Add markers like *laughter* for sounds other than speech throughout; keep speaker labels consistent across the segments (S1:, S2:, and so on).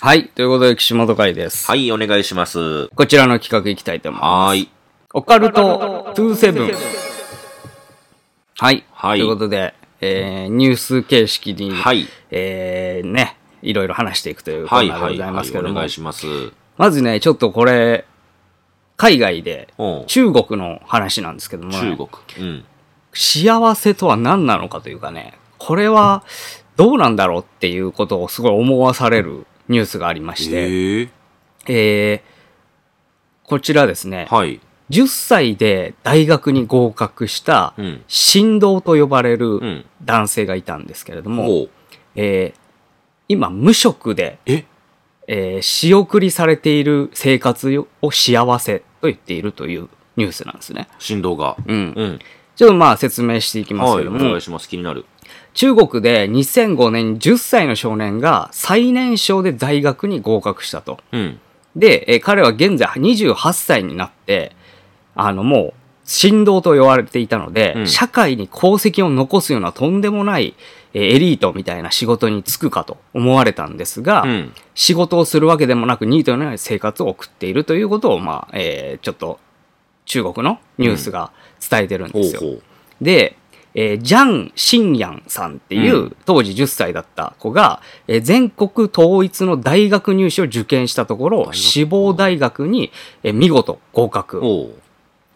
S1: はい。ということで、岸本会です。
S2: はい、お願いします。
S1: こちらの企画いきたいと思います。
S2: はーい。
S1: オカルト27。はい。
S2: はい
S1: ということで、えー、ニュース形式に、
S2: はい
S1: えー、ね、いろいろ話していくというコ
S2: は
S1: ー
S2: い、
S1: ナーで
S2: は
S1: ご
S2: い、
S1: ざい
S2: は
S1: ます
S2: い、
S1: けども、
S2: お願いします。
S1: まずね、ちょっとこれ、海外で
S2: おう、
S1: 中国の話なんですけどもね、
S2: 中国。うん。
S1: 幸せとは何なのかというかね、これはどうなんだろうっていうことをすごい思わされるニュースがありまして、
S2: ええ
S1: えーこちらですね、
S2: はい。
S1: 10歳で大学に合格した
S2: うん。
S1: 神童と呼ばれ
S2: う
S1: る
S2: ん
S1: 男性がいたんですけれども、
S2: おう
S1: えー今無職で、
S2: え
S1: えー仕送りされている生活を幸せと言っているというニュースなんですね。
S2: 振動が。
S1: うん。
S2: うん。
S1: ちょっとまあ説明していきます
S2: は
S1: け
S2: い、
S1: ど
S2: お
S1: も、
S2: 願いします。気になる。
S1: 中国で2005年10歳の少年が最年少で大学に合格したと。
S2: うん。
S1: で、えー彼は現在28歳になって、あの、もう、振動と呼ばれていたので、
S2: うん
S1: 社会に功績を残すようなとんでもない、えーエリートみたいな仕事に就くかと思われたんですが、
S2: うん。
S1: 仕事をするわけでもなくニートのような生活を送っているということを、まあ、えーちょっと、中国のニュースが伝えてるん
S2: ほ
S1: で
S2: う
S1: すよ。
S2: ほう。
S1: で、えージャン・シンヤンさんっていう、
S2: うん
S1: 当時10歳だった子が、えー全国統一の大学入試を受験したところ、
S2: 学
S1: 志望大学に、えー見事合格。
S2: おう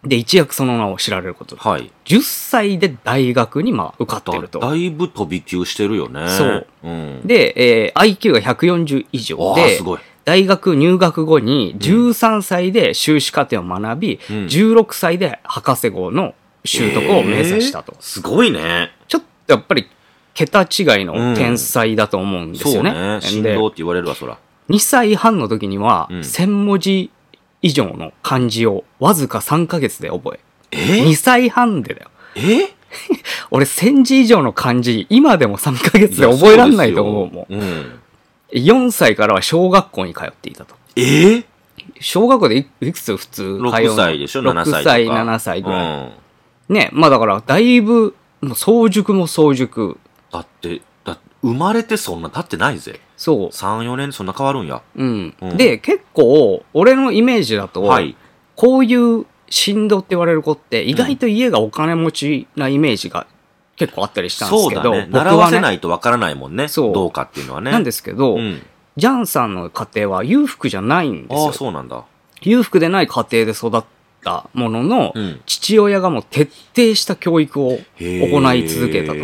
S1: で、一躍その名を知られること。
S2: はい。
S1: 10歳で大学に、まあ、受かってる
S2: だ
S1: と。
S2: だいぶ飛び級してるよね。
S1: そう。
S2: うん。
S1: で、えー IQ が140以上
S2: わあ、、
S1: です
S2: ごい。
S1: 大学入学後に13歳で修士課程を学び、
S2: うん
S1: 16歳で博士号の習得を目指したと
S2: えー。すごいね。
S1: ちょっとやっぱり桁違いの天才だと思うんです
S2: そ
S1: よ
S2: う
S1: ね。
S2: ね。振
S1: で
S2: 動って言われるわ、そら。
S1: 2歳半の時には
S2: うん
S1: 1000文字以上の漢字をわずか3ヶ月で覚え。
S2: え
S1: 2歳半でだよ。
S2: え
S1: 俺1000字以上の漢字、今でも3ヶ月で覚えらんないと思うもん。
S2: ん。うん。
S1: 4歳からは小学校に通っていたと。
S2: えー
S1: 小学校でいくつ普通通うの
S2: ?6 歳でしょ ?7 歳とか。
S1: 6歳、7歳ぐらい。
S2: うん。
S1: ね、まあだから、だいぶ、もう早熟も早熟。
S2: だって、だって生まれてそんな経ってないぜ。
S1: そう。
S2: 3、4年でそんな変わるんや。
S1: うん
S2: う。ん
S1: で、結構、俺のイメージだと、
S2: はい。
S1: こういう振動って言われる子って、意外と家がお金持ちなイメージが結構あったりしたんです
S2: そう
S1: け
S2: だ
S1: ど、
S2: ね。
S1: 僕は
S2: 習わせないとわからないもんね。
S1: そう
S2: どうかっていうのはね。
S1: なんですけど、
S2: うん。
S1: ジャンさんの家庭は裕福じゃないんで
S2: ああ、
S1: すよ。
S2: そうなんだ。
S1: 裕福でない家庭で育ったものの、
S2: うん
S1: 父親がもう徹底した教育を
S2: へー
S1: 行い続けたと。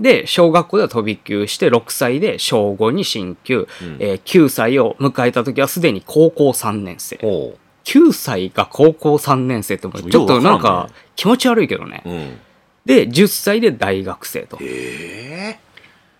S1: で、小学校では飛び級して、6歳で小5に進級、
S2: うん
S1: えー9歳を迎えた時はすでに高校3年生。
S2: ほ
S1: 9歳が高校3年生ってもうちょっとなんか気持ち悪いけどね
S2: う。。うん。
S1: で、10歳で大学生と。
S2: え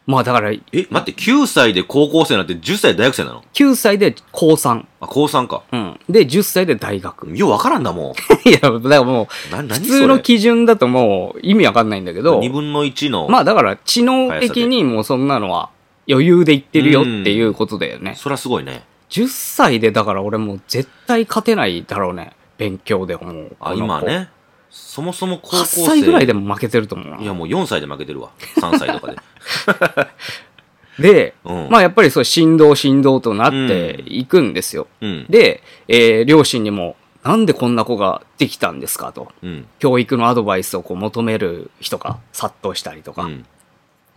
S1: まあだから、
S2: え、待って、9歳で高校生なんて10歳で大学生なの
S1: 9歳で高3。
S2: あ、高3か。
S1: うん。で、10歳で大 *laughs* 学。
S2: ようわからんだもん。
S1: いや、だからも
S2: な、
S1: う、普
S2: 何それ
S1: 通の基準だともう意味わかんないんだけど
S2: 2、分の1の。
S1: まあだから知能的にもうそんなのは余裕で言ってるよっていうことだよね。
S2: そりゃすごいね。
S1: 10歳でだから俺もう絶対勝てないだろうね。勉強でもう。
S2: あ、
S1: この子
S2: 今。ね。そもそも高校
S1: 8
S2: 生。
S1: 歳ぐらいでも負けてると思うな。
S2: いや、もう4歳で負けてるわ。3歳とかで。
S1: で、
S2: うん
S1: *laughs* まあやっぱりそう振動振動となっていくんですよ。
S2: うん。
S1: で、えー両親にも、なんでこんな子ができたんですかと。
S2: うん。
S1: 教育のアドバイスをこう求める人が殺到したりと
S2: う
S1: か。
S2: ん。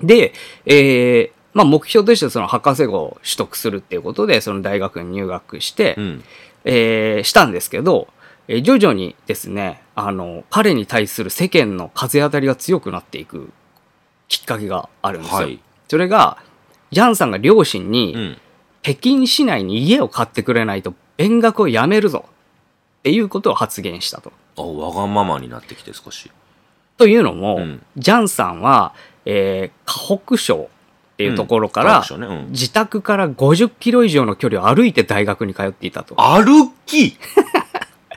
S1: で、えーまあ目標としてその博士号を取得するっていうことで、その大学に入学して、
S2: うん。
S1: えーしたんですけど、えー徐々にですね、あの、彼に対する世間の風当たりが強くなっていくきっかけがあるんですよ。
S2: はい
S1: それが、ジャンさんが両親に、
S2: うん。
S1: 北京市内に家を買ってくれないと勉学をやめるぞっていうことを発言したと。
S2: あ、わがままになってきて少し。
S1: というのも、
S2: うん
S1: ジャンさんは、えー、河北省っていうところから、
S2: うん河北省ねうん
S1: 自宅から50キロ以上の距離を歩いて大学に通っていたと。
S2: 歩
S1: *laughs*
S2: き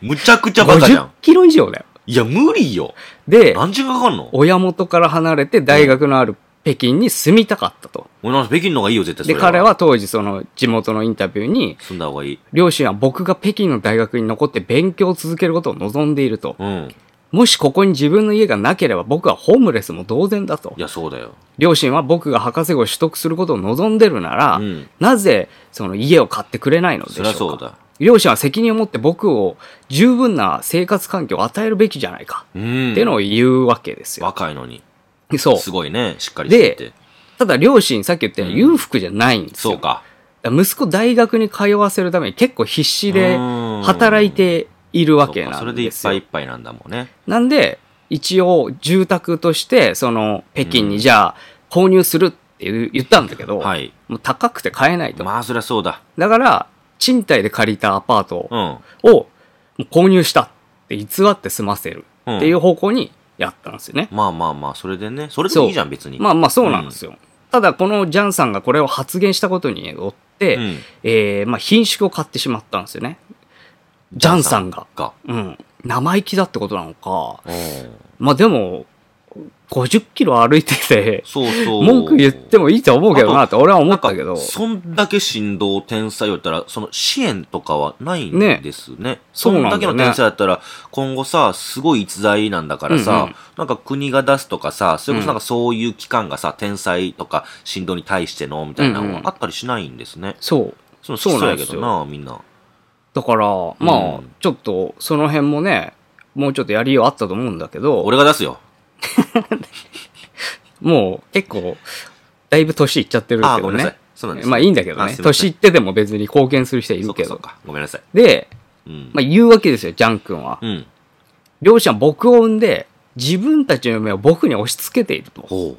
S2: むちゃくちゃバカじゃ
S1: 50
S2: ん。
S1: キロ以上だよ。
S2: いや、無理よ。
S1: で、
S2: 何時間かかんの
S1: 親元から離れて大学のある北京に住みたかったと。
S2: 俺なんか北京の方がいいよ、絶対そ
S1: で、
S2: れ
S1: 彼。は当時その地元のインタビューに、
S2: 住んだ方がいい。
S1: 両親は僕が北京の大学に残って勉強を続けることを望んでいると。
S2: うん。
S1: もしここに自分の家がなければ僕はホームレスも同然だと
S2: い。や、そうだよ。
S1: 両親は僕が博士号を取得することを望んでるなら、
S2: うん。
S1: なぜその家を買ってくれないのでし
S2: そ
S1: ょ
S2: りゃ
S1: うか。
S2: そうだ。
S1: 両親は責任を持って僕を十分な生活環境を与えるべきじゃないか。
S2: うん。
S1: っていうのを言うわけですよ。
S2: 若いのに。
S1: そう。
S2: すごいね。しっかりしてて。
S1: ただ両親、さっき言ったように
S2: うん
S1: 裕福じゃないんですよ。
S2: そうか。
S1: だから息子大学に通わせるために結構必死で
S2: うん
S1: 働いているわけ
S2: そうか
S1: な
S2: それ
S1: ん
S2: でい
S1: で
S2: っ
S1: す
S2: ぱいい
S1: よ
S2: っ。ぱいなんだもんね。
S1: なんで、一応住宅として、その北京にじゃあ購入するっていう言ったんだけど、
S2: はい。
S1: もう高くて買えないと。
S2: まあ、そりゃそうだ。
S1: だから、賃貸で借りたアパート
S2: うん。
S1: をもう購入したって偽って済ませる
S2: うん
S1: っていう方向にやったんですよね。
S2: まあまあまあ、それでね。それでもいいじゃん、別に。
S1: まあまあそうなんですよ。ただこのジャンさんがこれを発言したことによって、
S2: うん。
S1: えーまあ品種を買ってしまったんですよね。ジャンさんが。
S2: か。
S1: うん。生意気だってことなのか。
S2: うん
S1: まあでも、50キロ歩いてて、
S2: そうそう。
S1: 文句言ってもいいと思うけどなって俺は思
S2: な
S1: っ
S2: んか
S1: たけど、
S2: そんだけ振動天才を言ったら、その支援とかはないん
S1: ね
S2: ですね。
S1: そ
S2: そう
S1: なん
S2: ん
S1: だよね
S2: だけの天才だったら、今後さ、すごい逸材なんだから
S1: うん
S2: さ、
S1: うん
S2: なんか国が出すとかさ、それこそなん
S1: う
S2: かそういう機関がさ、天才とか振動に対しての、みたいな
S1: うん
S2: の
S1: う
S2: は
S1: ん
S2: あったりしないんですね。
S1: そう。
S2: その
S1: そう
S2: そう
S1: な
S2: や
S1: んで
S2: け
S1: す
S2: ど
S1: よ
S2: な、みんな。
S1: だから、まあ
S2: うん、
S1: ちょっと、その辺もね、もうちょっとやりようあったと思うんだけど、
S2: 俺が出すよ。
S1: もう結構、だいぶ年いっちゃってる
S2: あ
S1: け
S2: ーご
S1: ど
S2: めんなさ
S1: ね
S2: い。。そうなんですね
S1: まあいいんだけど
S2: あ
S1: ね。
S2: すいま
S1: 年
S2: せ
S1: い
S2: ん
S1: ってても別に貢献する人はい
S2: そ
S1: る
S2: うか
S1: け
S2: そう
S1: ど。
S2: か。ごめんなさい。
S1: で、
S2: うん。
S1: まあ言うわけですよ、ジャン君は。
S2: うん。
S1: 両親は僕を産んで、自分たちの夢を僕に押し付けていると。
S2: ほう。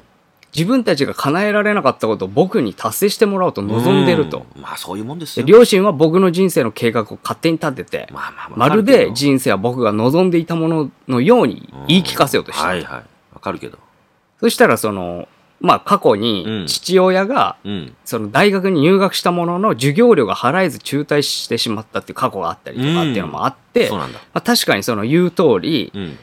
S1: 自分たちが叶えられなかったことを僕に達成してもらおうと望んでると。
S2: うん。まあそういうもんです
S1: で
S2: よ。
S1: 両親は僕の人生の計画を勝手に立てて、
S2: まあまあ
S1: まる
S2: わかけ
S1: で
S2: ど
S1: 人生は僕が望んでいたもののように言い聞かせようとしたと。
S2: はいはい。わかるけど。
S1: そしたらその、まあ過去
S2: う
S1: に
S2: ん
S1: 父親が、
S2: うん。
S1: その大学に入学したものの授業料が払えず中退してしまったっていう過去があったりとかっていうのもあって、
S2: そう
S1: ま
S2: なんだ。
S1: あ、確かにその言う通り、
S2: うん。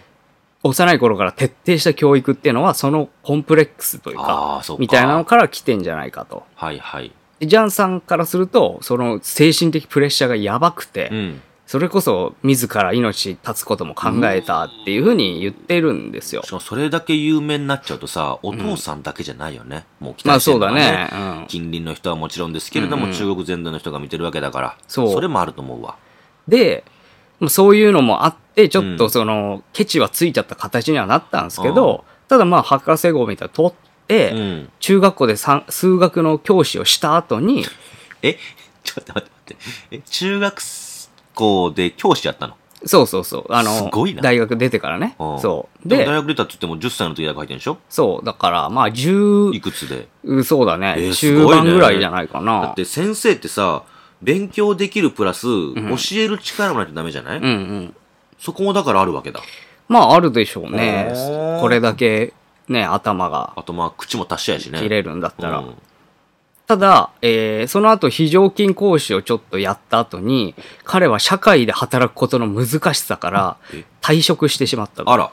S1: 幼い頃から徹底した教育っていうのはそのコンプレックスというか、
S2: ああ、そうか。
S1: みたいなの。から来てんじゃないかと。
S2: はいはい。
S1: でジャンさんからすると、その精神的プレッシャーがやばくて、
S2: うん。
S1: それこそ自ら命絶つことも考えたっていうふうに言ってるんですよ
S2: し。かもそれだけ有名になっちゃうとさ、お父さんだけじゃないよね。もう期
S1: まあ
S2: 待して
S1: そ
S2: る
S1: う
S2: の
S1: だ
S2: は
S1: ね。。うん、
S2: 近隣の人はもちろんですけれど
S1: うん
S2: も、
S1: うん
S2: 中国全土の人が見てるわけだから、
S1: そう
S2: れもあると思うわ。
S1: で、まあそういうのもあって、ちょっ
S2: う
S1: と
S2: ん
S1: その、ケチはついちゃった形にはなったんですけど、ただまあ、博士号みたいなの取って、
S2: うん。
S1: 中学校で算数学の教師をした後に、
S2: え、 *laughs* ちょっと待って待って。え、中学校で教師やったの
S1: そうそうそう、あ
S2: す
S1: の
S2: ごい、な
S1: 大学出てからね。
S2: うん
S1: そう。
S2: でも大
S1: で、
S2: 学出たって言っても10歳の時大学入ってんでしょ
S1: そう、だからまあ、
S2: い
S1: 10、
S2: くつで。
S1: そうだね、
S2: えーす
S1: 中
S2: ごいね
S1: 盤ぐらいじゃないか
S2: だっ
S1: な。
S2: て先生ってさ、勉強できるプラス、
S1: ん
S2: 教える力もないとダメじゃない、
S1: うんうん。
S2: そこもだからあるわけだ。
S1: まあ、あるでしょうね
S2: お。ー
S1: これだけ、ね、頭が
S2: あとまあ、口も達者やしね。
S1: 切れるんだったら。
S2: うん
S1: ただ、えーその後非常勤講師をちょっとやった後に、彼は社会で働くことの難しさから
S2: え
S1: 退職してしまったと。
S2: あら。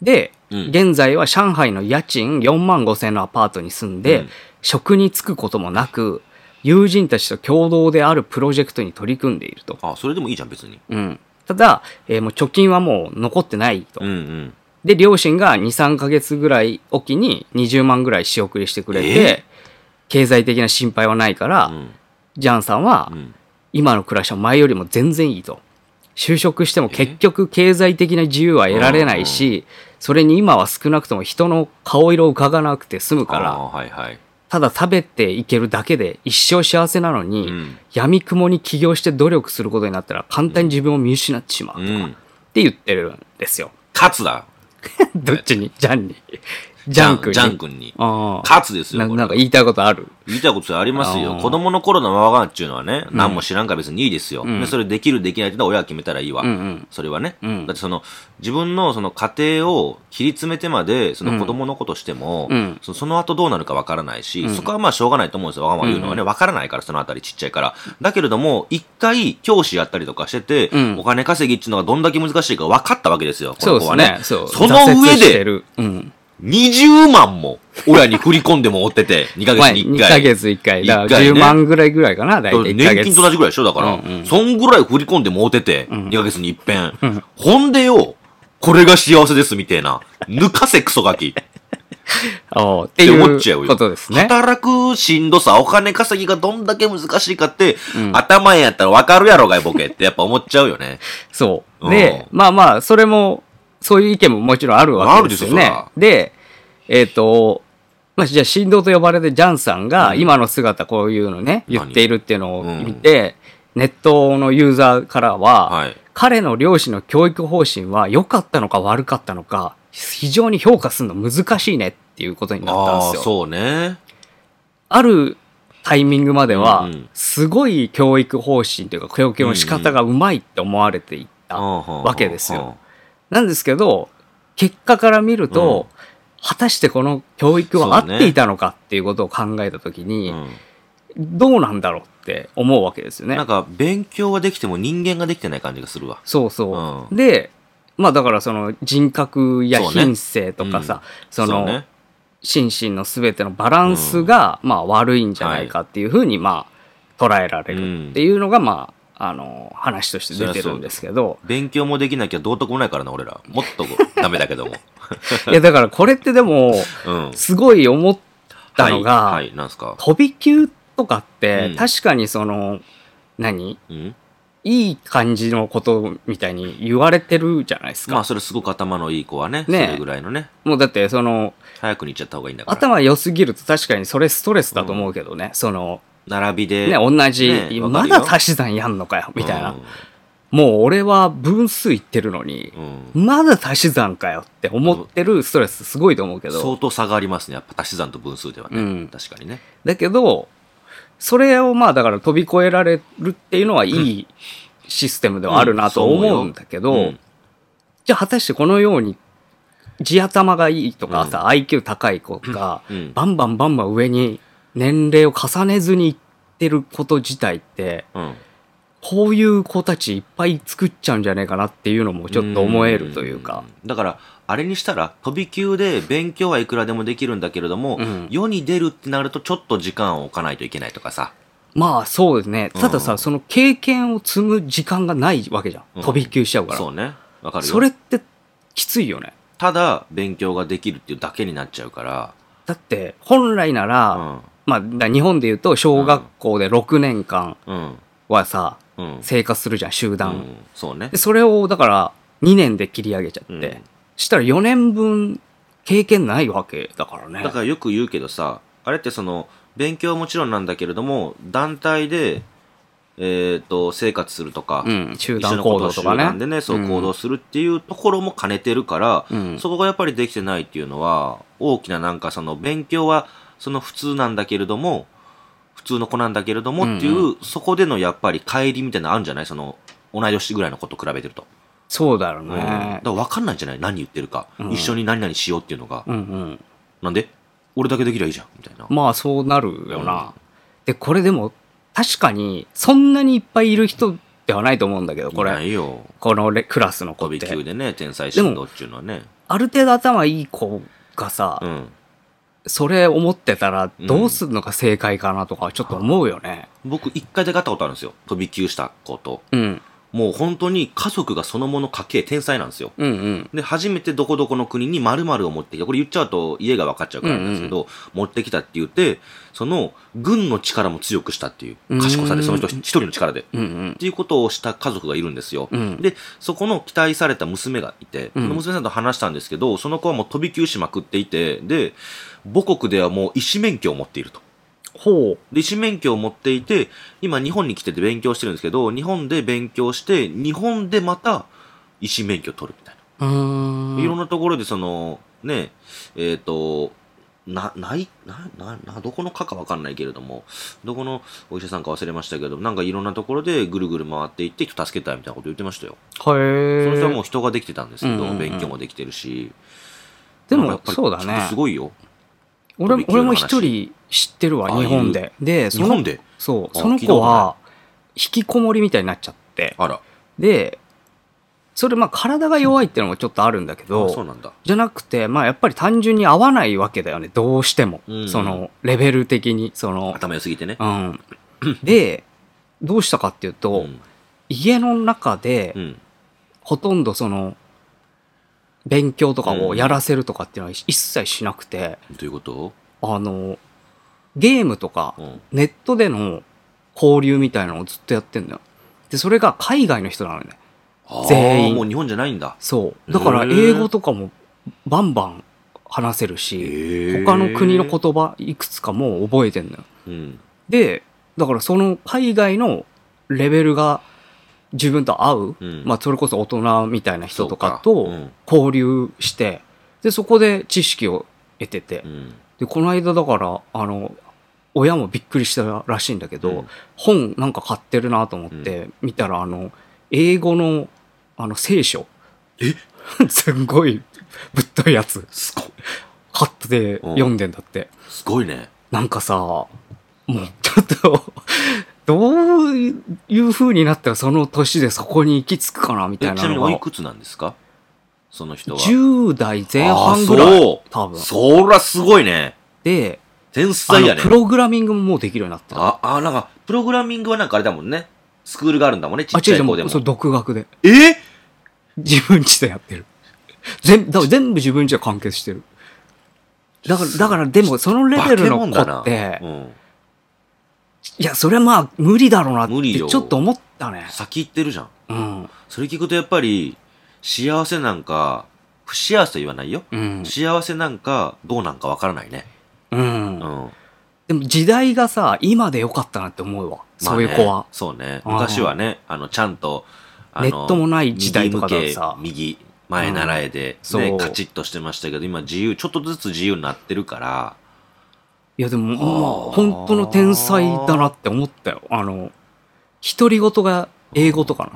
S1: で、
S2: うん
S1: 現在は上海の家賃4万5千のアパートに住んで、
S2: うん
S1: 職に就くこともなく、友人たちと共同であるプロジェクトに取り組んでいると。
S2: あ、それでもいいじゃん、別に。
S1: うん、ただ、えーもう貯金はもう残ってないと。
S2: うんうん。
S1: で、両親が2、3ヶ月ぐらいおきに20万ぐらい仕送りしてくれて、経済的な心配はないから、
S2: うん。
S1: ジャンさんは
S2: うん。
S1: 今の暮らしは前よりも全然いいと。就職しても結局経済的な自由は得られないし、それに今は少なくとも人の顔色を伺わなくて済むか
S2: あ
S1: ら、
S2: ーはいはい。
S1: ただ食べていけるだけで一生幸せなのに、
S2: うん
S1: 闇雲に起業して努力することになったら簡単に自分を見失ってしまう
S2: う
S1: とかっ
S2: ん。
S1: て言ってるんです
S2: *laughs*
S1: よ。
S2: 勝つだ。
S1: *laughs* どっちにジャンに。ジャン君に。
S2: ジャン君に。
S1: ああ
S2: 勝つです
S1: な
S2: よ。これ
S1: なんか言いたいことある
S2: 言いたいことあります
S1: あ
S2: よ。
S1: ー
S2: 子供の頃のわがままっていうのはね、何も知らんから別にいいですよ。
S1: ん
S2: でそれできるできないってのは親は決めたらいいわ。
S1: うんうん
S2: それはね。
S1: うん
S2: だってその、自分のその家庭を切り詰めてまで、その子供のことしても、
S1: うん
S2: そその後どうなるかわからないし、そこはまあしょうがないと思うんですよ。わがまま言うのはね、わからないから、そのあたりちっちゃいから。だけれども、一回教師やったりとかしてて、
S1: うん
S2: お金稼ぎっていうのがどんだけ難しいか分かったわけですよ。こ
S1: そう
S2: の
S1: で
S2: 子
S1: す
S2: は
S1: ね
S2: ね。。
S1: そう
S2: その
S1: 挫
S2: 上
S1: 折して
S2: で、
S1: るうん。
S2: 20万も親に振り込んでも追ってて、2ヶ
S1: まあ、
S2: 月
S1: *laughs* 2
S2: に1
S1: ヶ
S2: 回。
S1: 月1回。だから
S2: 一回
S1: 10
S2: ね
S1: 万ぐらいぐらいかな、大体1ヶ
S2: 年
S1: 月。
S2: 金と同じぐらいでしょだから、
S1: うんうん
S2: そんぐらい振り込んでもうてて、2ヶ月に一遍、ほんでよ、これが幸せですみたいな。抜かせクソガキっ
S1: ああ、って
S2: て
S1: い
S2: 思っちゃうよ。
S1: うことですね。
S2: 働くしんどさ、お金稼ぎがどんだけ難しいかって、頭やったらわかるやろがい、ボケってやっぱ思っちゃうよね。
S1: そう。
S2: うん
S1: で、まあまあ、それも、そういう意見ももちろんあるわけですよね
S2: あ。
S1: で、えっ、と、まあ、じゃあ、振動と呼ばれてジャンさんが、
S2: うん
S1: 今の姿こういうのね、言
S2: 何
S1: っているっていうのを見て、ネットのユーザーからは、
S2: はい。
S1: 彼の両親の教育方針は良かったのか悪かったのか、非常に評価するの難しいねっていうことになったん
S2: あ
S1: で
S2: あー、
S1: すよ。
S2: そうね。
S1: あるタイミングまで
S2: う
S1: は
S2: んうん、
S1: すごい教育方針というか、教育の仕方がうまいって思われていた。
S2: わ
S1: けですよ。なんですけど、結果から見ると、果たしてこの教育は合
S2: そうね
S1: っていたのかっていうことを考えたときに、
S2: うん
S1: どうなんだろうって思うわけですよね
S2: なん。か、勉強はできても人間ができてない感じがするわ。
S1: そうそう。
S2: う
S1: で、まあだからその人格や
S2: そうね
S1: 品性とかさ、そ
S2: そう
S1: の、
S2: ね。
S1: 心身のすべてのバランスが、まあ悪いんじゃないかっていうふうに、まあ捉えられるっていうのが、まあ、あの、話として出てるんですけど、
S2: 勉強もできなきゃ道徳もないからな、俺ら。もっとダメだけ
S1: *laughs*
S2: ども。
S1: いやだからこれってで
S2: *laughs*
S1: も、
S2: うん。
S1: すごい思ったのが、
S2: はい、はい、なんすか。
S1: 飛び級とかって、
S2: うん
S1: 確かにその何
S2: うん。
S1: いい感じのことみたいに言われてるじゃないですか、
S2: まあ、それすごく頭のいい子はね、
S1: ねえ
S2: それぐらいのね、
S1: もうだってその
S2: 早くに行っちゃった方がいいんだから。
S1: 頭良すぎると確かにそれストレスだと思うけどね、その
S2: 並びで。
S1: ね同じ、
S2: ねえわか
S1: ま
S2: るよ
S1: だ足し算やんのかよみたいな、もう俺は分数いってるのに
S2: う、ん。うん
S1: まだ足し算かよって思ってるストレスすごいと思うけど
S2: 相当差がありますね、やっぱ足し算と分数ではね。
S1: うん
S2: 確かにね。
S1: だけどそれをまあだから飛び越えられるっていうのはいいシステムではあるなと思うんだけど、
S2: うん
S1: じゃあ果たしてこのように地頭がいいとかさ、IQ 高い子が
S2: うん
S1: バンバンバンバン上に年齢を重ねずにいってること自体って
S2: うん。
S1: こういう子たちいっぱい作っちゃうんじゃねえかなっていうのもちょっと思えるというか。
S2: ん。だから、あれにしたら、飛び級で勉強はいくらでもできるんだけれども、
S1: うん
S2: 世に出るってなると、ちょっと時間を置かないといけないとかさ。
S1: まあそうですね。たださ、
S2: うん
S1: その経験を積む時間がないわけじゃん。
S2: うん
S1: 飛び級しちゃうから。
S2: そうね。わかるよ。
S1: それってきついよね。
S2: ただ、勉強ができるっていうだけになっちゃうから、
S1: だって本来なら、まあだから日本で言うと小学校で6年間
S2: うん。うん。
S1: はさ、
S2: うん。
S1: 生活するじゃん、集
S2: う
S1: 団。
S2: んそうね
S1: で。それをだから2年で切り上げちゃって、
S2: うん
S1: したら4年分経験ないわけだからね
S2: だからよく言うけどさ、あれってその、勉強はもちろんなんだけれども、団体で、えっ、と、生活するとか、
S1: うん、集
S2: 一緒
S1: 団
S2: のこ
S1: 行
S2: とを
S1: 動
S2: 集
S1: とかね
S2: 団でね、そう行動
S1: す
S2: するっていうところも兼ねてるから、
S1: うん
S2: そこがやっぱりできてないっていうのは、大きななんかその勉強はその普通なんだけれども、普通の子なんだけれどもっていう、
S1: うん
S2: そこでのやっぱり帰りみたいなのあるんじゃないその、同い年ぐらいの子と比べてると。
S1: そうだろう
S2: うんだか
S1: ね、
S2: ら分かんないんじゃない何言ってるか、
S1: うん
S2: 一緒に何々しようっていうのが。
S1: うん、うん
S2: なんで俺だけできりゃいいじゃんみたいな。
S1: まあそうなるよな、
S2: うん
S1: でこれでも確かにそんなにいっぱいいる人ではないと思うんだけどこ
S2: な
S1: れ
S2: いよ。
S1: このレクラスの子
S2: 飛
S1: っ
S2: び
S1: て
S2: 級でね、天才振動っていうのはね。
S1: ある程度頭いい子がさ、
S2: うん。
S1: それ思ってたらどうするのが正解かなとかちょっと思うよね
S2: 僕、一回だけ会ったことあるんですよ。飛び級した子と。
S1: うん
S2: もう本当に家族がそのもの家系天才なんですよ。
S1: うんうん
S2: で、初めてどこどこの国に〇〇を持ってきた。これ言っちゃうと家が分かっちゃうからなんですけど、持ってきたって言って、その軍の力も強くしたっていう、賢さで、その人一人の力で。っ
S1: うんうん
S2: ていうことをした家族がいるんですよ。
S1: うん
S2: で、そこの期待された娘がいて、
S1: うん
S2: その娘さんと話したんですけど、その子はもう飛び級しまくっていて、で、母国ではもう医師免許を持っていると。
S1: ほ
S2: で、医師免許を持っていて、今日本に来てて勉強してるんですけど、日本で勉強して、日本でまた医師免許を取るみたいな。
S1: ううーん
S2: いろんなところでその、ね、えっ、と、な、ない、な、な、な、どこの科かわかんないけれども、どこのお医者さんか忘れましたけど、なんかいろんなところでぐるぐる回っていって人助けたいみたいなこと言ってましたよ。
S1: へえ。
S2: その人はもう人ができてたんですけ
S1: うんうんう
S2: ど、
S1: ん
S2: 勉強もできてるし。
S1: で
S2: なん
S1: も
S2: かやっぱり
S1: そうだね
S2: す。ごいよ。
S1: 俺も
S2: 飛び級
S1: 俺
S2: の
S1: も
S2: 話
S1: 一人知ってるわ、
S2: あ
S1: 日本で。で、そ
S2: 日
S1: の
S2: 本で
S1: そう、
S2: あ
S1: その
S2: 聞いた
S1: 子
S2: こと
S1: は
S2: な
S1: 引きこもりみたいになっちゃって。
S2: あら。
S1: で、それまあ体が弱いっていうのもちょっとあるんだけ
S2: あそう
S1: ど、
S2: なんだ。
S1: じゃなくて、まあやっぱり単純に合わないわけだよね、どうしても。
S2: うん
S1: その、レベル的に、その、
S2: 頭良すぎてね。
S1: うん。で、どうしたかっていうと、
S2: ん。
S1: 家の中で
S2: う、ん。
S1: ほとんどその、勉強とかをやらせるとかっていうのは一切しなくて、
S2: どういうこと
S1: あの、ゲームとか
S2: うん。
S1: ネットでの交流みたいなのをずっとやってんだよ。で、それが海外の人なのね。
S2: あー
S1: 全員
S2: もう日本じゃないんだ。
S1: そう。だから
S2: へー
S1: 英語とかもバンバン話せるし、他
S2: 他
S1: の国の言葉いくつかもう覚えてんのよ。
S2: うん。
S1: で、だからその海外のレベルが自分と合う、
S2: うん
S1: まあそれこそ大人みたいな人とか
S2: そう
S1: と
S2: かうん
S1: 交流して、で、そこで知識を得てて
S2: う、ん。
S1: で、この間だから、あの、親もびっくりしたらしいんだけど、
S2: うん
S1: 本なんか買ってるなと思って、見たらあの、英語の、あの、聖書。
S2: え
S1: *laughs* すんごいぶっといやつ、
S2: すごい。
S1: 買って読んでんだって。
S2: すごいね。
S1: なんかさ、もうちょっと、どういう風になったらその年でそこに行き着くかなみ
S2: え
S1: たいな
S2: ちなみに
S1: の
S2: おい
S1: が、
S2: くつなんですかその人は。
S1: 10代前半ぐら
S2: あー
S1: い、
S2: そう
S1: 多分。
S2: そらすごいね。
S1: で、
S2: 天
S1: あ
S2: 才や
S1: の
S2: ね
S1: プ。ログラミングももうできるようになってた。
S2: あ、あ、なんか、プログラミングはなんかあれだもんね。スクールがあるんだもんね、ちっちゃい子で
S1: う
S2: も
S1: う、そ。れ独学で。 *laughs*
S2: えー
S1: 自分ちでやってる。全だから全部自分ちで完結してる。だから、だからでもそのレベルの子
S2: 化
S1: っ
S2: け物だ
S1: て、
S2: なうん。
S1: いや、それはまあ無理だろうなっ
S2: 無理
S1: て
S2: よ
S1: ちょっと思ったね。
S2: 先行ってるじゃん。
S1: うん。
S2: それ聞くとやっぱり、幸せなんか、不幸せと言わないよ。
S1: うん。
S2: 幸せなんか、どうなんかわからないね。
S1: う
S2: うんん。。まあね
S1: でも時代がさ、今でよかったなって思うわ。そういう子は。
S2: そうね。
S1: うん
S2: 昔はね、あの、ちゃんと、あの
S1: ネットもない時代とかだとさ
S2: 右向け、右、前習えで、
S1: うんそ
S2: ね、
S1: う
S2: カチッとしてましたけど、今自由、ちょっとずつ自由になってるから、
S1: いやでも、ま
S2: あー
S1: あ、本当の天才だなって思ったよ。あの、独り言が英語とか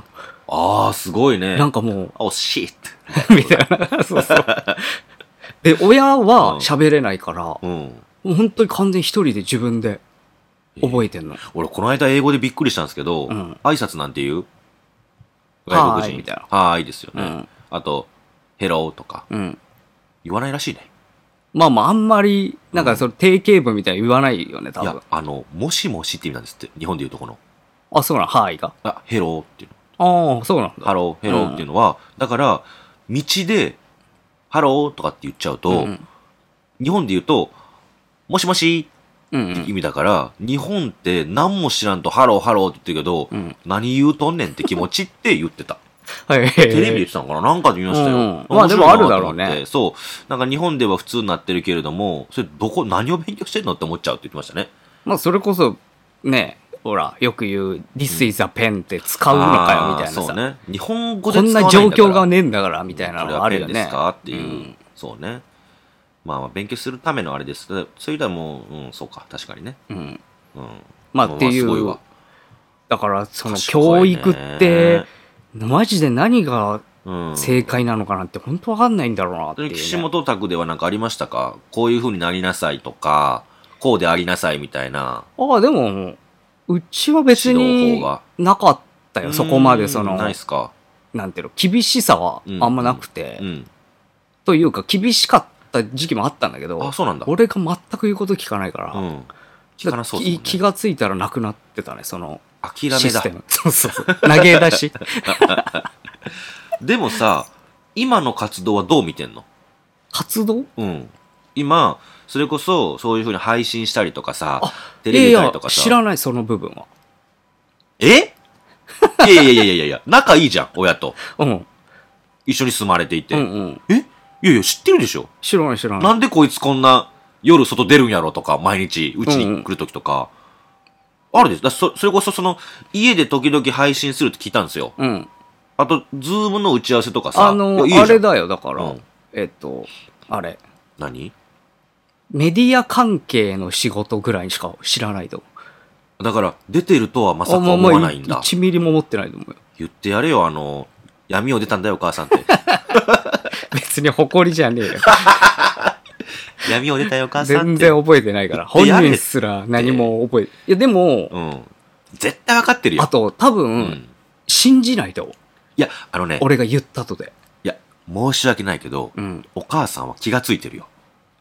S2: ああ、すごいね。
S1: な。なんかも
S2: お、シット。
S1: う、 *laughs* みたいな。 *laughs* そうそう。で、親は喋れないから、
S2: うん。
S1: もう本当に完全に一人で自分で覚えてんの。
S2: 俺、この間英語でびっくりしたんですけど、
S1: うん
S2: 挨拶なんて言う
S1: はーい
S2: 外国人
S1: みたいな
S2: はーいですよ
S1: う
S2: ね。
S1: ん。
S2: あと、ヘローとか、
S1: うん。
S2: 言わないらしいね。
S1: まあまあ、あんまり、なんかその定型文みたいに言わないよね、多
S2: い
S1: 分
S2: や。、あの、もしもしって意味なんですって。日本で言うとこの。
S1: あ、そうなん、はいが。
S2: あ、ヘローっていう
S1: ああ、そうなん
S2: の。
S1: だ。
S2: ハロー、ヘローっていうのは、だから、道で、ハローとかって言っちゃうと、
S1: うん
S2: 日本で言うと、もしもし
S1: うん。う
S2: って意
S1: ん
S2: 味だから、日本って何も知らんと、ハロー、ハローって言ってるけど、
S1: うん。
S2: 何言うとんねんって気持ちって言ってた。
S1: はい。
S2: テレビで言ってたのかななんかで見ましたよ。
S1: うん
S2: 面白いな
S1: まあでもあるだろうね
S2: と思ってそう。なんか日本では普通になってるけれども、それどこ、何を勉強してんのって思っちゃうって言ってましたね。
S1: *laughs* まあ、それこそ、ね、ほら、よく言う、This is a pen って使うのかよ、みたいな
S2: あーそ
S1: さ。
S2: うね。日本語
S1: こ
S2: で使わ
S1: んな
S2: ない
S1: ん
S2: だから
S1: 状況がねえんだから、みたいなのがあるよ
S2: これはペンで
S1: ね
S2: す。かっていう、
S1: うん
S2: そうね。まあまあ、勉強するためのあれですけど、それではもう、うん、そうか、確かにね。
S1: うん。
S2: うん。
S1: まあ、ってい
S2: すご
S1: う
S2: わ、
S1: だから、その
S2: 賢
S1: 教
S2: いね
S1: 育って、マジで何が
S2: うん、
S1: 正解なのかなって、本当わかんないんだろうなっていうね。
S2: 岸本宅ではなんかありましたかこういう風になりなさいとか、こうでありなさいみたいな。
S1: ああ、でも、うちは別
S2: 指
S1: に
S2: 導法が
S1: なかったよ。そこまでそ
S2: うん
S1: の、
S2: ないっすか。
S1: なんていうの、厳しさは
S2: うん
S1: あんまなくて、
S2: うん。
S1: というか厳しかった時期もあったんだけど
S2: あ、、そうなんだ。
S1: 俺が全く言うこと聞かないから、
S2: うん。聞かなそうっすもん
S1: 気
S2: ね
S1: 気がついたらなくなってたね、その
S2: 諦
S1: シ
S2: め
S1: ス
S2: だ
S1: テ。ム。 *laughs* そうそうそう。投げ出
S2: *laughs*
S1: し。
S2: でもさ、今の活動はどう見てんの
S1: 活動
S2: うん。今、それこそ、そういう風に配信したりとかさ
S1: あ、
S2: テレビ
S1: い
S2: 出た
S1: や
S2: り
S1: い
S2: と
S1: や
S2: か
S1: 知
S2: さ。
S1: らない、その部分は。
S2: えいやいやいやいやい *laughs* や、仲いいじゃん、親と。
S1: うん。
S2: 一緒に住まれていて。
S1: うんうん。
S2: えいやいや、知ってるでしょ。
S1: 知らない、知らない。
S2: なんでこいつこんな夜外出るんやろとか、毎日、うちに来るときとか。あるでしょ。だそそれこそ、その、家で時々配信するって聞いたんですよ。
S1: うん。
S2: あと、ズームの打ち合わせとかさ。
S1: あの、
S2: いやいいじゃん
S1: あれだよ、だから、
S2: うん
S1: えっと、あれ、
S2: 何
S1: メディア関係の仕事ぐらいしか知らないと思う。
S2: だから、出てるとはまさか
S1: あまあ
S2: 思
S1: まあ
S2: わないんだ。
S1: 1ミリも持ってないと思うよ。 *laughs*
S2: 言ってやれよ、あの、闇を出たんだよ、お母さんって。
S1: 別に誇りじゃねえよ。
S2: 闇を出たよ、お母さんって。
S1: 全然覚えてないから。
S2: 言
S1: 本
S2: ってやれ
S1: 人すら何も覚えて。いや、でも、
S2: うん。絶対わかってるよ。
S1: あと、多
S2: う
S1: 分、
S2: ん。
S1: 信じないと。
S2: いや、あのね、
S1: 俺が言ったとで。
S2: いや、申し訳ないけど、
S1: うん。
S2: お母さんは気がついてるよ。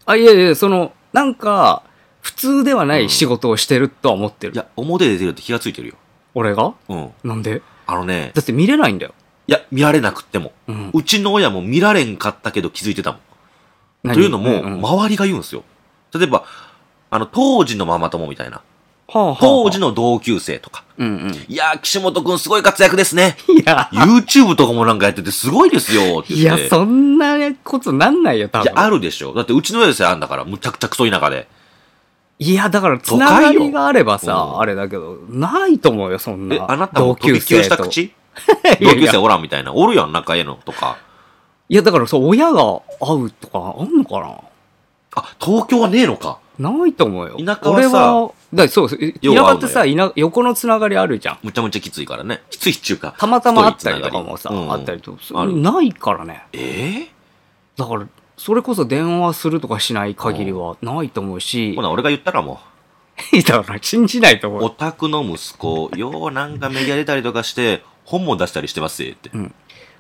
S1: あ、いやいや、その、なんか、普通ではない仕事をしてるとは思ってる。
S2: いや、表で出てるって気がついてるよ。
S1: 俺が
S2: うん。
S1: なんで
S2: あのね、
S1: だって見れないんだよ。
S2: いや、見られなくっても。
S1: うん
S2: うちの親も見られんかったけど気づいてたもん。
S1: 何
S2: というのも、
S1: んんは
S2: 周りが言うんですよ。例えば、あの、当時のママ友みたいな。
S1: あはあ
S2: 当時の同級生とか。
S1: うんうん。い
S2: いやー、岸本くんすごい活躍ですね。
S1: や、
S2: YouTube とかもなんかやっててす *laughs* ごいですよって
S1: い
S2: 言っ
S1: や
S2: て。、
S1: そんなことなんないよ、多
S2: いや
S1: 分。
S2: あるでしょ。だってうちの親ですよ、あんだから。むちゃくちゃクソ田舎で。
S1: いや、だから、つなが
S2: 都会
S1: り
S2: よ
S1: があればさ、
S2: うん
S1: あれだけど、ないと思うよ、そん
S2: え、
S1: な。
S2: あなたも飛び級した口
S1: いや
S2: 同
S1: い
S2: 級生
S1: や、
S2: おらんみたいな。おるやん、仲ええのとか。
S1: いやだからそう、親が会うとか、あんのか
S2: あ、東京はねえのか。
S1: なないと思うよ。
S2: 田舎は
S1: 俺
S2: さ
S1: は、だからそう、田
S2: 要は
S1: 舎ってさ、田横のつながりあるじゃん。
S2: むちゃむちゃきついからね。きついっちゅうか。
S1: たまたまあったりとかもさ、
S2: 太いつながりうん
S1: あったりと
S2: ある
S1: ないからね。
S2: え
S1: だから、それこそ電話するとかしない限りはないと思う
S2: え
S1: し
S2: ほ、な、俺が言ったらも
S1: だから信じないと思
S2: う、
S1: う
S2: オ
S1: よ。
S2: タクの息子、ようなんかメディア出たりとかして、本も出したりしてますよって。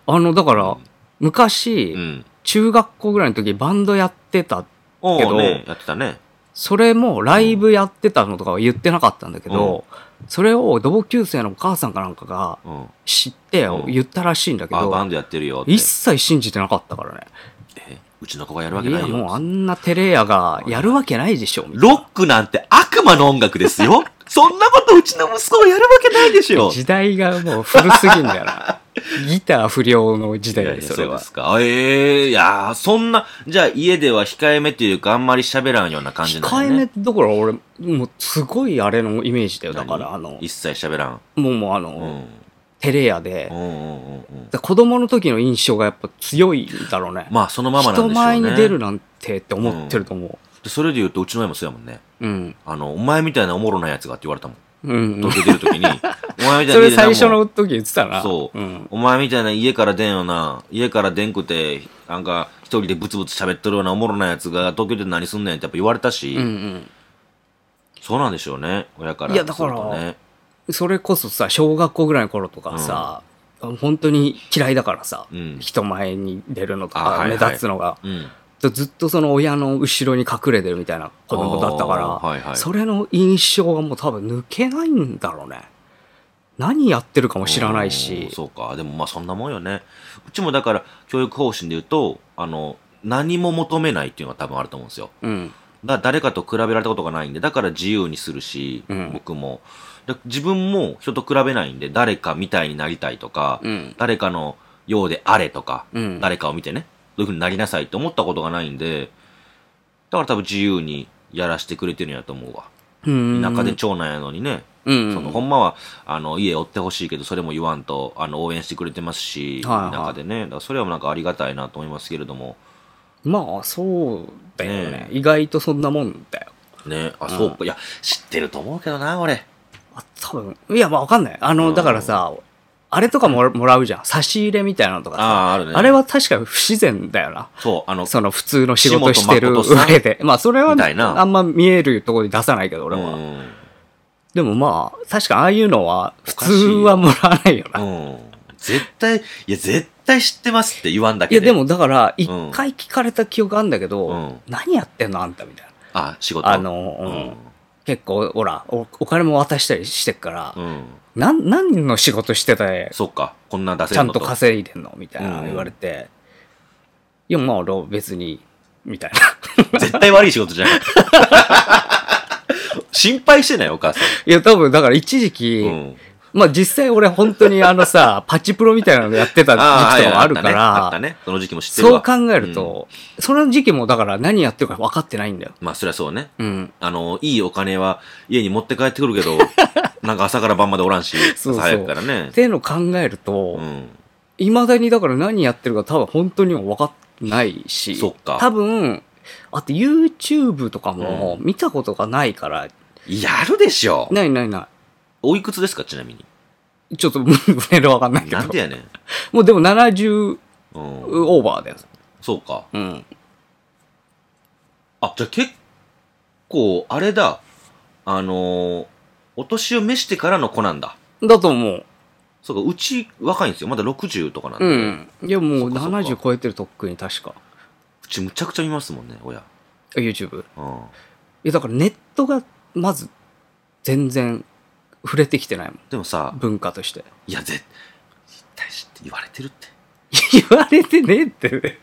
S1: あの、だから
S2: うん、
S1: 昔、
S2: うん。
S1: 中学校ぐらいの時バンドやってた
S2: お
S1: けど
S2: ーね、やってたね。
S1: それもライブやってたのとかは言ってなかったんだけど、それを同級生のお母さんかなんかが
S2: うん。
S1: 知って
S2: うん
S1: 言ったらしいんだけ
S2: あ、
S1: ど、
S2: バンドやってるよって。
S1: 一切信じてなかったからね。
S2: えうちの子がやるわけ
S1: い
S2: な
S1: や、
S2: い
S1: もうあ
S2: よ。
S1: んなテレヤがやるわけないでしょ、みたいな
S2: ロックなんて悪魔の音楽で
S1: *laughs*
S2: すよ。そんなことうちの息子がやるわけないでしょ。
S1: 時代がもう古すぎんだよな。 *laughs* ギター不良の時代
S2: いや
S1: だ
S2: い
S1: よ、
S2: や
S1: それ
S2: う
S1: は
S2: で。すか。ええいやーそんな、じゃあ家では控えめというか、あんまり喋らんような感じなんだ
S1: 控
S2: ね
S1: え。めどころ俺、もうすごいあれのイメージだよ。だから、
S2: 何
S1: あの、
S2: 一切喋らん。
S1: もうもうあ
S2: うん。う
S1: の、
S2: ん
S1: テレヤで
S2: うん、うんうん。
S1: だから子供の時の印象がやっぱ強いんだろうね。
S2: まあ、そのままなんでしょうね。
S1: 人前に出るなんてって思ってると思
S2: でそれで言うと、うちの親もそうやもんね。
S1: う。うん。
S2: あの、お前みたいなおもろなやつがって言われたもん。
S1: うん、
S2: 東京出
S1: *laughs*
S2: るときに、お前みたいな
S1: それ
S2: 家でな
S1: 最
S2: んも
S1: 初の時言ってたな。
S2: そう、
S1: ん。
S2: お前みたいな家から出んよな。家から出んくて、なんか、一人でブツブツ喋っとるようなおもろなやつが、東京で何すんねんってやっぱ言われたし、
S1: うん
S2: そうなんでしょうね。親から
S1: いやだから
S2: するとね。
S1: うん。それこそさ、小学校ぐらいの頃とかさ、本当に嫌いだからさ、
S2: うん
S1: 人前に出るのと
S2: あは
S1: か、
S2: い
S1: 目
S2: はい
S1: 立つのが、
S2: うん。
S1: ずっとその親の後ろに隠れてるみたいな子供だったから、
S2: あーはいはい
S1: それの印象がもう多分抜けないんだろうね。何やってるかも知らない
S2: うん
S1: し、
S2: そうか。でもまあそんなもんよね。うちもだから、教育方針で言うと、あの、何も求めないっていうのは多分あると思うんですよ。
S1: うん。
S2: だから誰かと比べられたことがないんで、だから自由にするし、
S1: うん
S2: 僕も。で自分も人と比べないんで、誰かみたいになりたいとか、
S1: うん。
S2: 誰かのようであれとか、
S1: うん。
S2: 誰かを見てね、どういう風になりなさいって思ったことがないんで、だから多分自由にやらせてくれてるんやと思うわ。
S1: うん
S2: 田舎で長男やのにね、
S1: うん
S2: そのほんまは、あの、家追ってほしいけど、それも言わんと、あの、応援してくれてますし、
S1: はいはい
S2: 田舎でね、だからそれはなんかありがたいなと思いますけれども、
S1: まあ、そうだよね。
S2: ね
S1: 意外とそんなもんだよ。
S2: ね、あ、
S1: ん
S2: そうか、いや、知ってると思うけどな、俺。
S1: あ多分いや、まあ、わかんない。あの、
S2: うん
S1: だからさ、あれとかもらもらうじゃん。差し入れみたいなのとかさ。
S2: ああ、あるね。
S1: あれは確かに不自然だよな。
S2: そう、あの、
S1: その普通の仕事してる
S2: 岸本誠
S1: 上で。まあ、それは
S2: みたいな
S1: あんま見えるところに出さないけど、俺は。
S2: うん
S1: でもまあ、確かああいうのは、普
S2: か
S1: 通
S2: しいよ
S1: はもらわないよな。い
S2: うん。絶対、いや、絶対知ってますって言わんだけ
S1: や、
S2: で。
S1: でもだから、一
S2: うん
S1: 回聞かれた記憶あるんだけど、
S2: うん
S1: 何やってんのあんたみたいな。
S2: あ、仕事。
S1: あ、の、うん結構、ほらお、お金も渡したりしてっから、
S2: うん。うん。
S1: なん、何の仕事してたや
S2: そっか、こんな出せ
S1: ちゃ
S2: る
S1: ん
S2: の
S1: と稼いでんのみたいな
S2: うん
S1: 言われて、いや、まあ俺は別に、みたいな。 *laughs*
S2: 絶対悪い仕事じゃ *laughs* ん。心配してないお母さ
S1: いや、多分だから一時期、
S2: ん。うん。
S1: まあ実際俺本当にあの
S2: *laughs*
S1: さ、パチプロみたいなのやってた時期とかもあるか
S2: は
S1: ら、
S2: いあったね。あったねその時期も知ってる
S1: そう
S2: わ。
S1: 考えると、その時期もだから何やってるか分かってないんだよ。
S2: まあ、そりゃそうね。
S1: うん。
S2: あの、いいお金は家に持って帰ってくるけど、 *laughs* なんか朝から晩までおらんし、
S1: そうそう
S2: 朝早くからね
S1: っ。ていうのを考えると
S2: う、ん。
S1: いま、だにだから何やってるか多分本当にも分かってないし、
S2: そっか
S1: 多分、あと YouTube とかも見たことがないから、
S2: やるでしょ。
S1: ないないな
S2: おいくつですか、ちなみに。
S1: い。ちょっと、年齢わかんないけど。
S2: なんでやねん。
S1: もうでも70
S2: うん。
S1: オーバーだよ。
S2: そうか。
S1: うん。
S2: あ、じゃあ結構、あれだ。あのーお年を召してからの子なんだ。
S1: だと思う。
S2: そうか、うち若いんですよ。まだ60とかなんで。
S1: う。
S2: うん
S1: いやもう
S2: そっかそっか
S1: 70超えてるとっくに確か。
S2: ちむちゃくちゃ見ますもんね、親。
S1: YouTube。い
S2: うん。
S1: やだからネットがまず全然触れてきてないも
S2: でもさ
S1: ん。、文化として。 *laughs*
S2: いや、絶絶対返しって言われてるって。
S1: 言われてねえってね。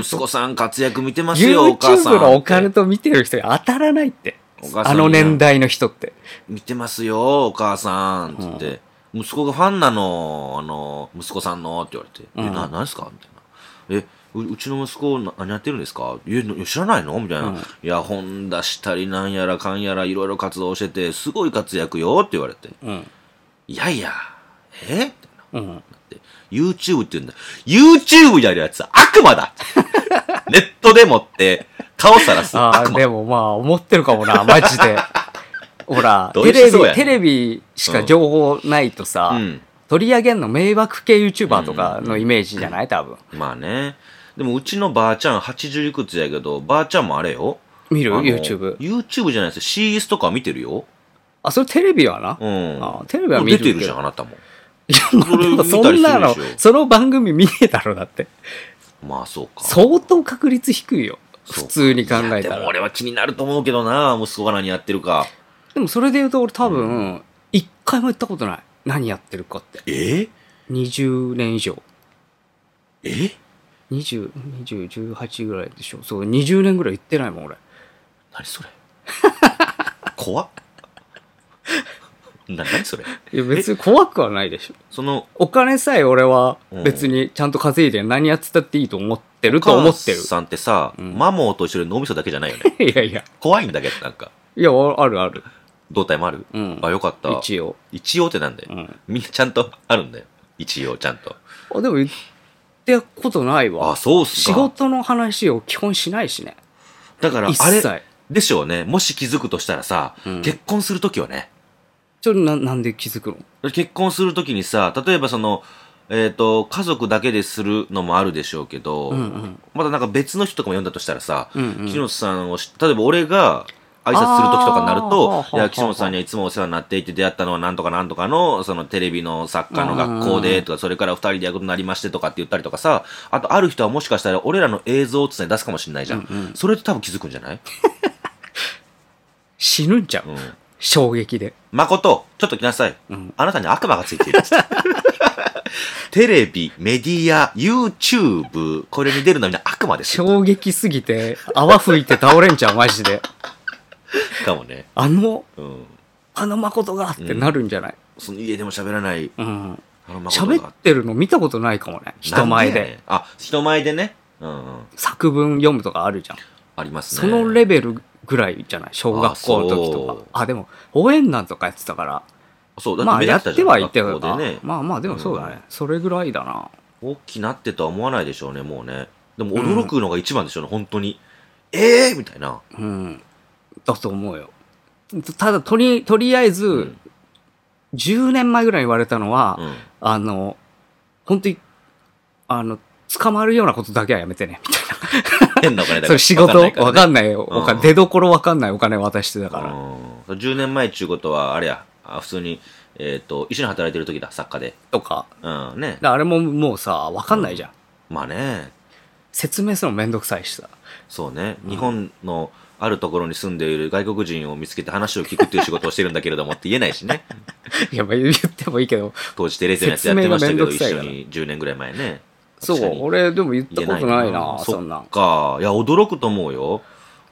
S2: 息子さん活躍見てますよ、お母
S1: YouTube
S2: さん。
S1: のオカルト見てる人に当たらないって
S2: お。母さん
S1: あの年代の人って。
S2: 見てますよ、お母さん。つって、息子がファンなの、あの、息子さんの、って言われて。
S1: うん
S2: え、な、何ですかみたいな。え、ううちの息子な何やってるんですかえ、ないや知らないのみたいな。
S1: うん
S2: いや、本出したりなんやらかんやらいろいろ活動してて、すごい活躍よって言われて。
S1: うん。
S2: いやいや、えみたい
S1: う
S2: な。
S1: ん。
S2: YouTube って言うんだ。YouTube やるやつは悪
S1: *laughs*
S2: 魔だネットでもって倒さらす
S1: あ
S2: 悪
S1: あ、
S2: 魔。
S1: でもまあ、思ってるかも
S2: *laughs*
S1: な、マジで。ほら、
S2: どうい
S1: テ
S2: う思
S1: レ
S2: 想
S1: ビ、
S2: やねん
S1: テレビしか情報ないとさ、
S2: うん。
S1: 取り上げんの迷惑系 YouTuber とかのイメージじゃない多分。
S2: まあね。でもうちのばあちゃん80いくつやけど、ばあちゃんもあれよ。
S1: 見る
S2: あの
S1: ?YouTube。
S2: YouTube じゃないですよ。CS とかは見てるよ。
S1: あ、それテレビはな。
S2: うん。
S1: あテレビは
S2: もう
S1: 見る
S2: 出
S1: けど
S2: てるじゃん、あなたも。
S1: いや、まあ、
S2: それ
S1: でも
S2: 見
S1: そ
S2: たり
S1: ん
S2: するでし
S1: な
S2: ょ
S1: の、その番組見ねえだろ、だって。
S2: まあそうか。
S1: 相当確率低いよ。
S2: そう
S1: 普通に考
S2: いや
S1: え
S2: で
S1: た
S2: も
S1: ら。
S2: 俺は気になると思うけどな、息子が何やってるか。
S1: でもそれで言うと俺多分、一回も言ったことない。何やってるかって。
S2: え
S1: 20年以上。
S2: え
S1: 20、20、18ぐらいでしょ。そう、20年ぐらい言ってないもん、俺。
S2: 何
S1: *laughs*
S2: それ怖っ。な、何それ
S1: いや、別に怖くはないでしょ。
S2: その、
S1: お金さえ俺は別にちゃんと稼いで何やってたっていいと思ってると思ってる
S2: お母。さんってさ、
S1: うん
S2: マモーと一緒で脳みそだけじゃないよ
S1: *laughs*
S2: ね。
S1: いやいや。
S2: 怖いんだけど、なんか。
S1: いや、あるある。
S2: 胴体もある、
S1: うん
S2: あ、よかった。
S1: 一応。
S2: 一応ってなんだよ、
S1: うん
S2: みんなちゃんとあるんだよ。一応、ちゃんと。
S1: あ、でも言ったことないわ。
S2: あ、そうっすか。
S1: 仕事の話を基本しないしね。
S2: だから、
S1: 一
S2: あれ、
S1: 切。
S2: でしょうね。もし気づくとしたらさ、
S1: うん
S2: 結婚するときはね、
S1: ちょっとななんで気づくの
S2: 結婚するときにさ、例えばその、えっ、と、家族だけでするのもあるでしょうけど、
S1: うんうん
S2: まだなんか別の人とかも呼んだとしたらさ、
S1: うんうん
S2: 木本さんをし、例えば俺が挨拶する時とかになる
S1: あーはあ
S2: と
S1: は、あ
S2: いや、岸本さんにはいつもお世話になっていて出会ったのはなんとかなんとかの、そのテレビの作家の学校でとか、それから二人でやることになりましてとかって言ったりとかさ、あとある人はもしかしたら俺らの映像を常に出すかもしれないじゃん。
S1: うんうん
S2: それで多分気づくんじゃない
S1: 死ぬんちゃう、
S2: うん。
S1: 衝撃で。
S2: 誠、ちょっと来なさい。
S1: うん
S2: あなたに悪魔がついて
S1: *laughs*
S2: いる。テレビ、メディア、YouTube、これに出るのはみんな悪魔ですよ。
S1: 衝撃すぎて、泡吹いて倒れんちゃう、マジで。
S2: かもね。
S1: あの、
S2: うん。
S1: あの誠がってなるんじゃない
S2: その家でも喋らない、
S1: うん。
S2: あの誠が
S1: 喋ってるの見たことないかもね。人前
S2: なんやね
S1: で。
S2: ん。あ、人前でね。うんうん。
S1: 作文読むとかあるじゃん。
S2: あります
S1: そ
S2: ね。
S1: のレベルぐらいじゃない小学校の時と
S2: あそ
S1: か
S2: う。
S1: あでも、応援団とかやってたから。
S2: そう、だ
S1: ま
S2: っ
S1: あ、
S2: て目立
S1: や
S2: っ
S1: った
S2: じ
S1: て
S2: ゃん。
S1: はいたよ
S2: 学校
S1: な。
S2: でね。
S1: まあまあ、でもそうだね。
S2: うん
S1: それぐらいだな。
S2: 大きなってとは思わないでしょうね、もうね。でも驚くのが一番でしょうね、本当に。ええー、みたいな。
S1: うん。だと思うよ。ただ、とり、とりあえず、
S2: うん。
S1: 10年前ぐらいに言われたのは、
S2: うん
S1: あの、本当に、あの、捕まるようなことだけはやめてね、みたい
S2: 変なお金
S1: な。そ
S2: だから。
S1: れ仕事、
S2: わか
S1: わ
S2: んない
S1: かんないよ。お
S2: うん
S1: 金出どころわかんないお金渡してたか
S2: か
S1: ら
S2: ね
S1: ら。
S2: うん。10年前っちゅうことは、あれや、あ普通に、えっ、と、一緒に働いてる時だ、作家で。
S1: とか。
S2: うん、ね
S1: で。あれももうさ、わかんないじゃん。
S2: まあね。
S1: 説明するのめんどくさいしさ。 *laughs*
S2: そうね、日本のあるところに住んでいる外国人を見つけて話を聞くっていう仕事をしてるんだけれどもって言えないしね。
S1: いや、まあ言ってもいいけど。
S2: 当時テレビのやつやってましたけど、
S1: 説
S2: 一
S1: 明
S2: 緒
S1: がめんどくさいから
S2: に10年ぐらい前ね。
S1: そう
S2: 確か、に
S1: 俺でも言った
S2: 言え
S1: ことないな、
S2: そ
S1: そんなん
S2: っ。か。いや、驚くと思うよ。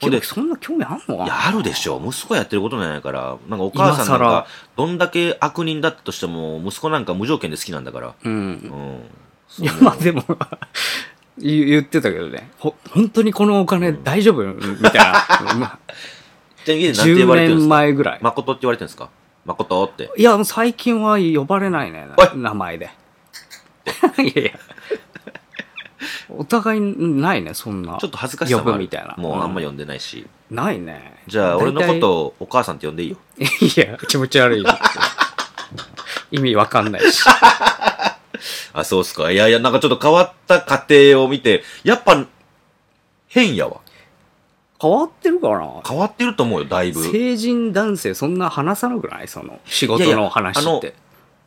S2: ほんで、い
S1: そんな興味あんのかな
S2: や、あるでしょ。息子やってることじゃないから。なんかお母さんなん
S1: 今更
S2: か、どんだけ悪人だったとしても、息子なんか無条件で好きなんだから。
S1: うん
S2: う。ん。
S1: いや、まあでも、 *laughs* 言言ってたけどね。ほ、本当にこのお金大丈夫、みたい
S2: *laughs*
S1: な。まあ
S2: じゃあ家でなんて言
S1: 10
S2: われてるん
S1: 年
S2: ですか
S1: 前ぐらい。
S2: 誠って言われてるんですか誠って。
S1: いや、もう最近は呼ばれないね
S2: おい。
S1: 名前で。 *laughs* いやいや。お互いないね、そんな。
S2: ちょっと恥ずかしさも
S1: 呼
S2: あ
S1: ぶ
S2: る。
S1: みたいな。
S2: もうあんま
S1: り。
S2: 呼んでないし。
S1: ないね。
S2: じゃあ、俺のこ
S1: 大体
S2: とをお母さんって呼んでいいよ。
S1: いや、気持ち悪い。意味わかんないし。
S2: あ、そうっすか。いやいや、なんかちょっと変わった家庭を見て、やっぱ、変やわ。
S1: 変わってるかな
S2: 変わってると思うよ、だいぶ。
S1: 成人男性そんな話さなくないその仕事
S2: いやい
S1: の
S2: や
S1: 話
S2: あの
S1: って。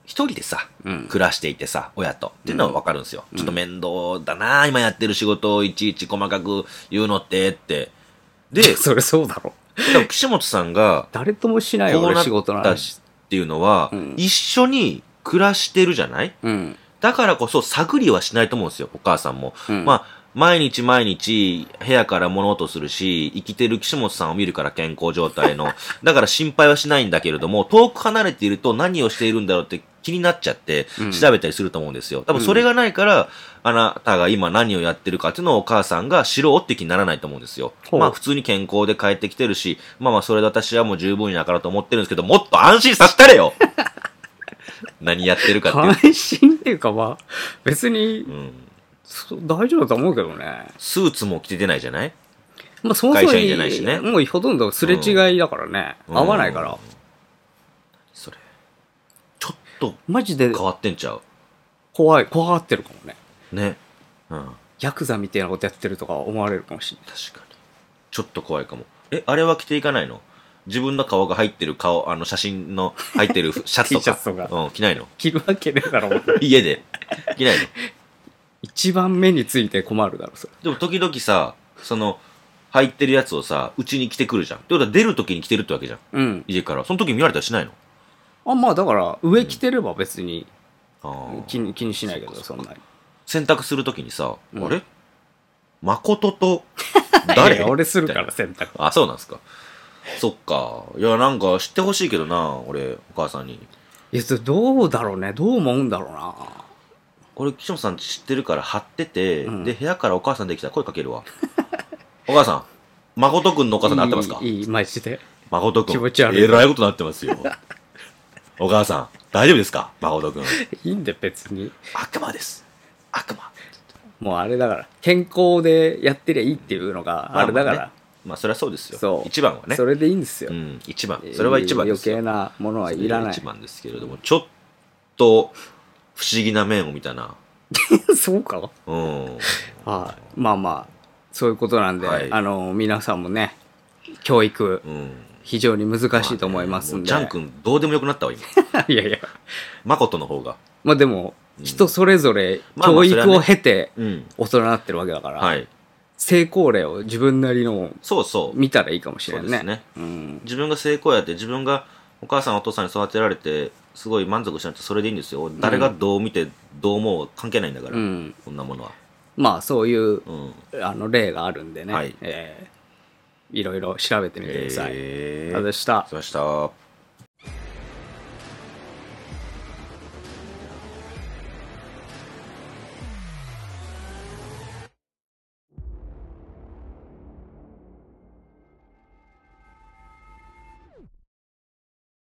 S2: 一人でさ、
S1: うん
S2: 暮らしていてさ、親と。っていうのはわかるんですよ。ちょっと面倒だな今やってる仕事をいちいち細かく言うのって、って。 *laughs* で、
S1: *laughs* それそうだろ。
S2: 多分岸本さんが、
S1: 誰ともしないよ、
S2: こう
S1: 俺
S2: なっ
S1: 仕事の
S2: たっ
S1: 話。
S2: ていうのは、
S1: うん
S2: 一緒に暮らしてるじゃない
S1: うん。
S2: だからこそ探りはしないと思うんですよ、お母さんも。
S1: うん
S2: まあ、毎日毎日部屋から物音するし、生きてる岸本さんを見るから健康状
S1: *laughs*
S2: 態の。だから心配はしないんだけれども、遠く離れていると何をしているんだろうって気になっちゃって
S1: うん、
S2: 調べたりすると思うんですよ。多分それがないから、あなたが今何をやってるかっていうのをお母さんが知ろうって気にならないと思うんですよ。
S1: ほう
S2: まあ普通に健康で帰ってきてるし、まあまあそれで私はもう十分やからと思ってるんですけど、もっと安心させた
S1: *laughs*
S2: れよ何やってるかってい
S1: 安
S2: う。
S1: 心っていうかまあ別に
S2: うん。
S1: そ大丈夫だと思うけどね
S2: スーツも着て出ないじゃない
S1: まあそもそ
S2: 会
S1: も
S2: 社員じゃないしね
S1: もうほとんどすれ違いだからね、
S2: うん
S1: 合わないから、
S2: それ。ちょっと
S1: マジで
S2: 変わってんちゃう
S1: 怖い怖がってるかもね
S2: ね。うん。
S1: ヤクザみたいなことやってるとか思われるかもしれない
S2: 確かに。ちょっと怖いかも。え、あれは着ていかないの自分の顔が入ってる顔、あの写真の入って
S1: *laughs*
S2: るシャツと
S1: T シャ
S2: か。
S1: ツとか
S2: うん、着ないの
S1: 着るわけねえだろ
S2: 家で。着ないの
S1: 一番目について困るだろそれ
S2: でも時々さ、その、入ってるやつをさ、うちに着てくるじゃん。ってことは出る時に着てるってわけじゃん。
S1: うん
S2: 家から。その時見られたりしないの
S1: あまあだから上着てれば別に
S2: ああ。
S1: 気に気にしないけどそ
S2: そ
S1: んなに
S2: 洗濯する時にさ、
S1: うん
S2: あれ誠と
S1: *laughs* い
S2: 誰
S1: や俺するか
S2: み
S1: ら洗濯
S2: たいなあ、そうなんですか。そっか。いや、なんか知ってほしいけどな、俺、お母さんに。
S1: いやそれどうだろうねどう思うんだろうな
S2: これ、岸本さん知ってるから貼ってて、
S1: うん
S2: で、部屋からお母さんできたら声かけるわ。 *laughs* お母さん、誠くんのお母さんなってますか
S1: いいいいマジで
S2: 誠くん。
S1: 気持ち悪い
S2: えらいことになってま
S1: *laughs*
S2: すよ。お母さん、大丈夫ですか誠くん。
S1: いいんで別に
S2: 悪魔です。悪魔。
S1: もうあれだから健康でやってりゃいいっていうのがあれだから、
S2: まあまあねまあ、それはそうですよ。
S1: そう
S2: 一番はね。
S1: それでいいんですよ
S2: う、ん、一番。それは一番ですよ。
S1: 余計なものはいらない
S2: それが一番ですけれども、ちょっと、不思議な面を見たな。
S1: *laughs* そうか
S2: うん。
S1: はいまあまあそういうことなんで、
S2: はい
S1: あの皆さんもね教育
S2: うん。
S1: 非常に難しいと思いますんで、
S2: まあねもうジャン君、どうでもよくなった
S1: *laughs*
S2: わ、今。
S1: いやいや
S2: 誠の方が。
S1: まあでも
S2: うん
S1: 人それぞれ
S2: まあま
S1: 教
S2: あそれは
S1: 育
S2: ね
S1: を経て
S2: うん。
S1: 大人になってるわけだから、
S2: はい。
S1: 成功例を自分なりのを
S2: そうそう。
S1: 見たらいいかもし
S2: そ
S1: れな
S2: うで
S1: い
S2: す
S1: ね
S2: ね。
S1: うん、
S2: 自分が成功やって、自分がお母さんお父さんに育てられて、すごい満足しなくてそれでいいんですよ。誰がどう見て、どう思う関係ないんだから、
S1: うん、
S2: こんなものは。
S1: まあそういう
S2: うん。
S1: あの例があるんでね、
S2: はい
S1: えーいろいろ調べてみてください。
S2: え
S1: ありがとうございました
S2: ー、。そうでした。